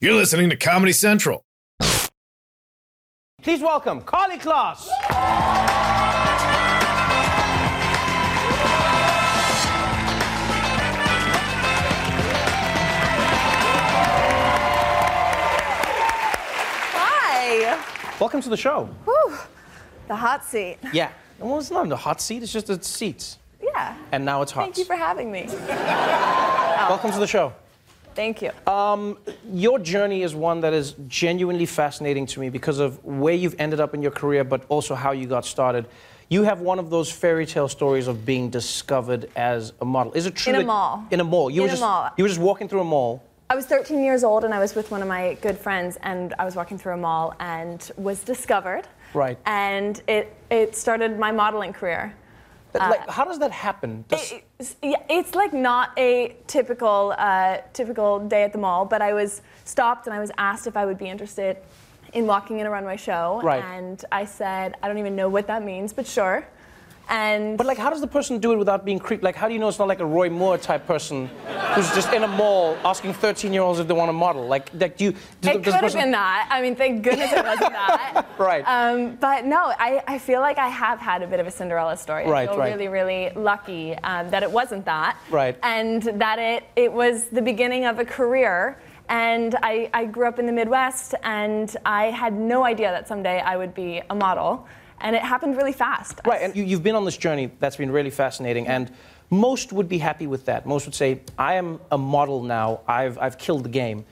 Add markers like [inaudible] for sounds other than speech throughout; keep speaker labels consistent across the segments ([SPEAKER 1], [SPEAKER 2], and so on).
[SPEAKER 1] You're listening to Comedy Central.
[SPEAKER 2] Please welcome Carly Kloss.
[SPEAKER 3] Hi.
[SPEAKER 2] Welcome to the show.
[SPEAKER 3] Whew. The hot seat.
[SPEAKER 2] Yeah. Well, it's not in the hot seat. It's just the seats.
[SPEAKER 3] Yeah.
[SPEAKER 2] And now it's hot.
[SPEAKER 3] Thank you for having me.
[SPEAKER 2] Welcome to the show.
[SPEAKER 3] Thank you.
[SPEAKER 2] Your journey is one that is genuinely fascinating to me because of where you've ended up in your career, but also how you got started. You have one of those fairy tale stories of being discovered as a model. Is it true?
[SPEAKER 3] In a
[SPEAKER 2] that-
[SPEAKER 3] mall.
[SPEAKER 2] In a mall. You
[SPEAKER 3] In
[SPEAKER 2] were
[SPEAKER 3] a
[SPEAKER 2] just
[SPEAKER 3] mall.
[SPEAKER 2] you were just walking through a mall.
[SPEAKER 3] I was 13 years old and I was with one of my good friends and I was walking through a mall and was discovered.
[SPEAKER 2] Right.
[SPEAKER 3] And it it started my modeling career.
[SPEAKER 2] That- like, how does that happen? Does-
[SPEAKER 3] Uh, It- it's, yeah, it's like not a typical uh, typical day at the mall, but I was stopped and I was asked if I would be interested in walking in a runway show,
[SPEAKER 2] Right.
[SPEAKER 3] and I said I don't even know what that means, but sure. And
[SPEAKER 2] But like, how does the person do it without being creeped? Like, how do you know it's not like a Roy Moore type person who's just in a mall asking 13-year-olds if they want to model? Like, like do you? do
[SPEAKER 3] it
[SPEAKER 2] the-
[SPEAKER 3] could
[SPEAKER 2] does the
[SPEAKER 3] have
[SPEAKER 2] person-
[SPEAKER 3] been that. I mean, thank goodness it wasn't that.
[SPEAKER 2] [laughs] Right.
[SPEAKER 3] Um, but no, I, I feel like I have had a bit of a Cinderella story.
[SPEAKER 2] Right,
[SPEAKER 3] I feel
[SPEAKER 2] right.
[SPEAKER 3] really, really lucky um, that it wasn't that.
[SPEAKER 2] Right.
[SPEAKER 3] And that it, it was the beginning of a career. And I, I grew up in the Midwest, and I had no idea that someday I would be a model. And it happened really fast.
[SPEAKER 2] Right, and you, you've been on this journey that's been really fascinating, and most would be happy with that. Most would say, I am a model now, I've, I've killed the game.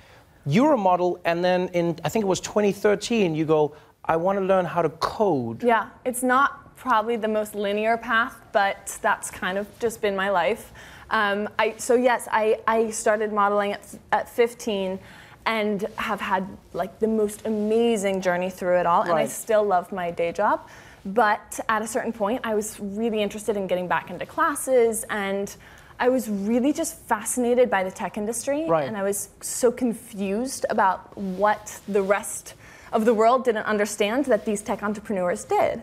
[SPEAKER 2] You're a model, and then in, I think it was 2013, you go, I want to learn how to code.
[SPEAKER 3] Yeah, it's not probably the most linear path, but that's kind of just been my life. Um, I, so yes, I, I started modeling at, at 15 and have had like the most amazing journey through it all, and I
[SPEAKER 2] Right.
[SPEAKER 3] still love my day job. But at a certain point, I was really interested in getting back into classes, and I was really just fascinated by the tech industry,
[SPEAKER 2] Right.
[SPEAKER 3] and I was so confused about what the rest of the world didn't understand that these tech entrepreneurs did.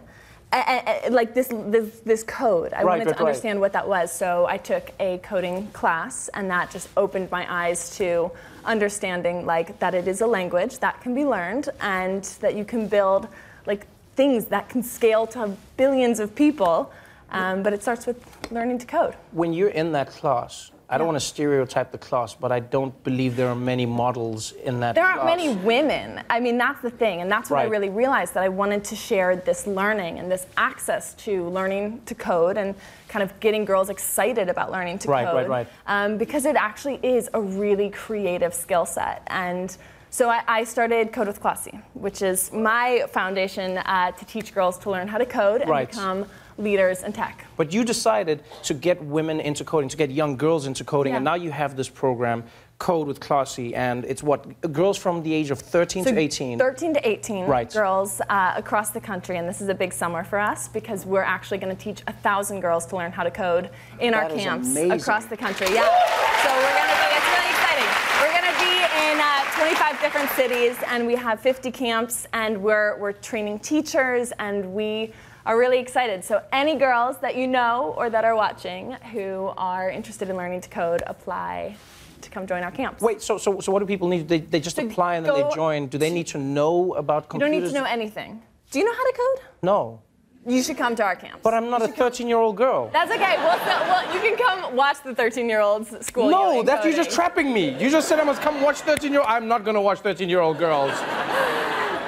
[SPEAKER 3] A- a- a- like this, this, this code. I
[SPEAKER 2] Right,
[SPEAKER 3] wanted
[SPEAKER 2] right,
[SPEAKER 3] to
[SPEAKER 2] right.
[SPEAKER 3] understand what that was, so I took a coding class, and that just opened my eyes to understanding like that it is a language that can be learned, and that you can build like things that can scale to billions of people. Um, but it starts with learning to code.
[SPEAKER 2] When you're in that class, I don't want to stereotype the class, but I don't believe there are many models in that
[SPEAKER 3] There aren't
[SPEAKER 2] class.
[SPEAKER 3] many women. I mean, that's the thing, and that's what I
[SPEAKER 2] Right.
[SPEAKER 3] really realized that I wanted to share this learning and this access to learning to code and kind of getting girls excited about learning to
[SPEAKER 2] Right, right,
[SPEAKER 3] code.
[SPEAKER 2] right.
[SPEAKER 3] Um, because it actually is a really creative skill set. And so I, I started Code with Classy, which is my foundation uh, to teach girls to learn how to code and
[SPEAKER 2] Right.
[SPEAKER 3] become leaders in tech.
[SPEAKER 2] But you decided to get women into coding, to get young girls into coding, and
[SPEAKER 3] Yeah.
[SPEAKER 2] now you have this program, Code with Classy, and it's what girls from the age of 13
[SPEAKER 3] So
[SPEAKER 2] to 18.
[SPEAKER 3] 13 to 18
[SPEAKER 2] Right.
[SPEAKER 3] girls uh, across the country, and this is a big summer for us because we're actually going to teach a thousand girls to learn how to code in
[SPEAKER 2] That
[SPEAKER 3] our
[SPEAKER 2] is
[SPEAKER 3] camps
[SPEAKER 2] amazing.
[SPEAKER 3] across the country. Yeah. So we're going to be. It's really exciting. We're going to be in uh, 25 different cities, and we have 50 camps, and we're we're training teachers, and we. Are really excited. So, any girls that you know or that are watching who are interested in learning to code, apply to come join our camps.
[SPEAKER 2] Wait, so, so, so what do people need? They, they just
[SPEAKER 3] To
[SPEAKER 2] apply and then they
[SPEAKER 3] go-
[SPEAKER 2] join. Do they need to know about
[SPEAKER 3] You don't
[SPEAKER 2] computers?
[SPEAKER 3] need to know anything. Do you know how to code?
[SPEAKER 2] No.
[SPEAKER 3] You should come to our camp.
[SPEAKER 2] But I'm not a 13 year old girl.
[SPEAKER 3] That's okay. Well, so, well, you can come watch the 13-year-olds school. you
[SPEAKER 2] no,
[SPEAKER 3] in
[SPEAKER 2] that's you just
[SPEAKER 3] coding.
[SPEAKER 2] trapping me. You just said I must come watch 13 year old. I'm not gonna watch 13 year old
[SPEAKER 3] [laughs]
[SPEAKER 2] girls.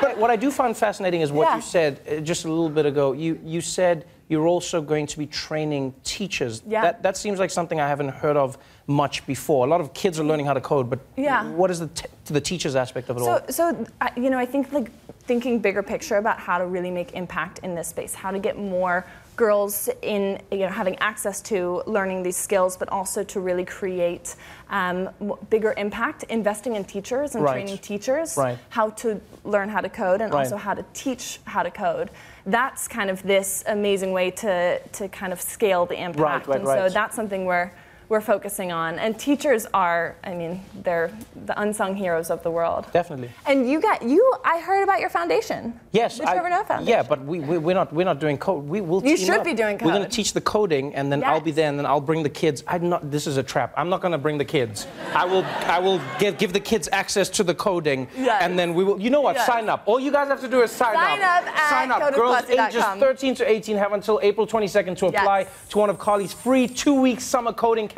[SPEAKER 2] But what I do find fascinating is what
[SPEAKER 3] Yeah.
[SPEAKER 2] you said uh, just a little bit ago. You you said you're also going to be training teachers.
[SPEAKER 3] Yeah.
[SPEAKER 2] That that seems like something I haven't heard of much before. A lot of kids are learning how to code, but
[SPEAKER 3] Yeah.
[SPEAKER 2] what is the t- the teachers aspect of it all?
[SPEAKER 3] So, so I- you know, I think like thinking bigger picture about how to really make impact in this space, how to get more girls in, you know, having access to learning these skills, but also to really create um, m- bigger impact, investing in teachers and
[SPEAKER 2] Right.
[SPEAKER 3] training teachers,
[SPEAKER 2] Right.
[SPEAKER 3] how to learn how to code and
[SPEAKER 2] Right.
[SPEAKER 3] also how to teach how to code. That's kind of this amazing way to to kind of scale the impact,
[SPEAKER 2] right,
[SPEAKER 3] and
[SPEAKER 2] right.
[SPEAKER 3] so that's something we're we're focusing on. And teachers are, I mean, they're the unsung heroes of the world.
[SPEAKER 2] Definitely.
[SPEAKER 3] And you got you. I heard about your foundation.
[SPEAKER 2] Yes,
[SPEAKER 3] the Trevor Noah Foundation.
[SPEAKER 2] Yeah, but we, we we're not we're not doing code. We will.
[SPEAKER 3] You
[SPEAKER 2] team
[SPEAKER 3] should
[SPEAKER 2] up.
[SPEAKER 3] be doing
[SPEAKER 2] We're going
[SPEAKER 3] code.
[SPEAKER 2] to teach the coding, and then I'll be
[SPEAKER 3] Yes.
[SPEAKER 2] there, and then I'll bring the kids. I'm not. This is a trap. I'm not going to bring the kids. I will I will give give the kids access to the coding,
[SPEAKER 3] Yes.
[SPEAKER 2] and then we will. You know what?
[SPEAKER 3] Yes.
[SPEAKER 2] Sign up. All you guys have to do is sign,
[SPEAKER 3] Sign
[SPEAKER 2] up.
[SPEAKER 3] up at
[SPEAKER 2] sign up. Girls ages
[SPEAKER 3] codeofclassy.com.
[SPEAKER 2] 13 to 18 have until April 22nd to apply
[SPEAKER 3] Yes.
[SPEAKER 2] to one of Carly's free two-week summer coding camps.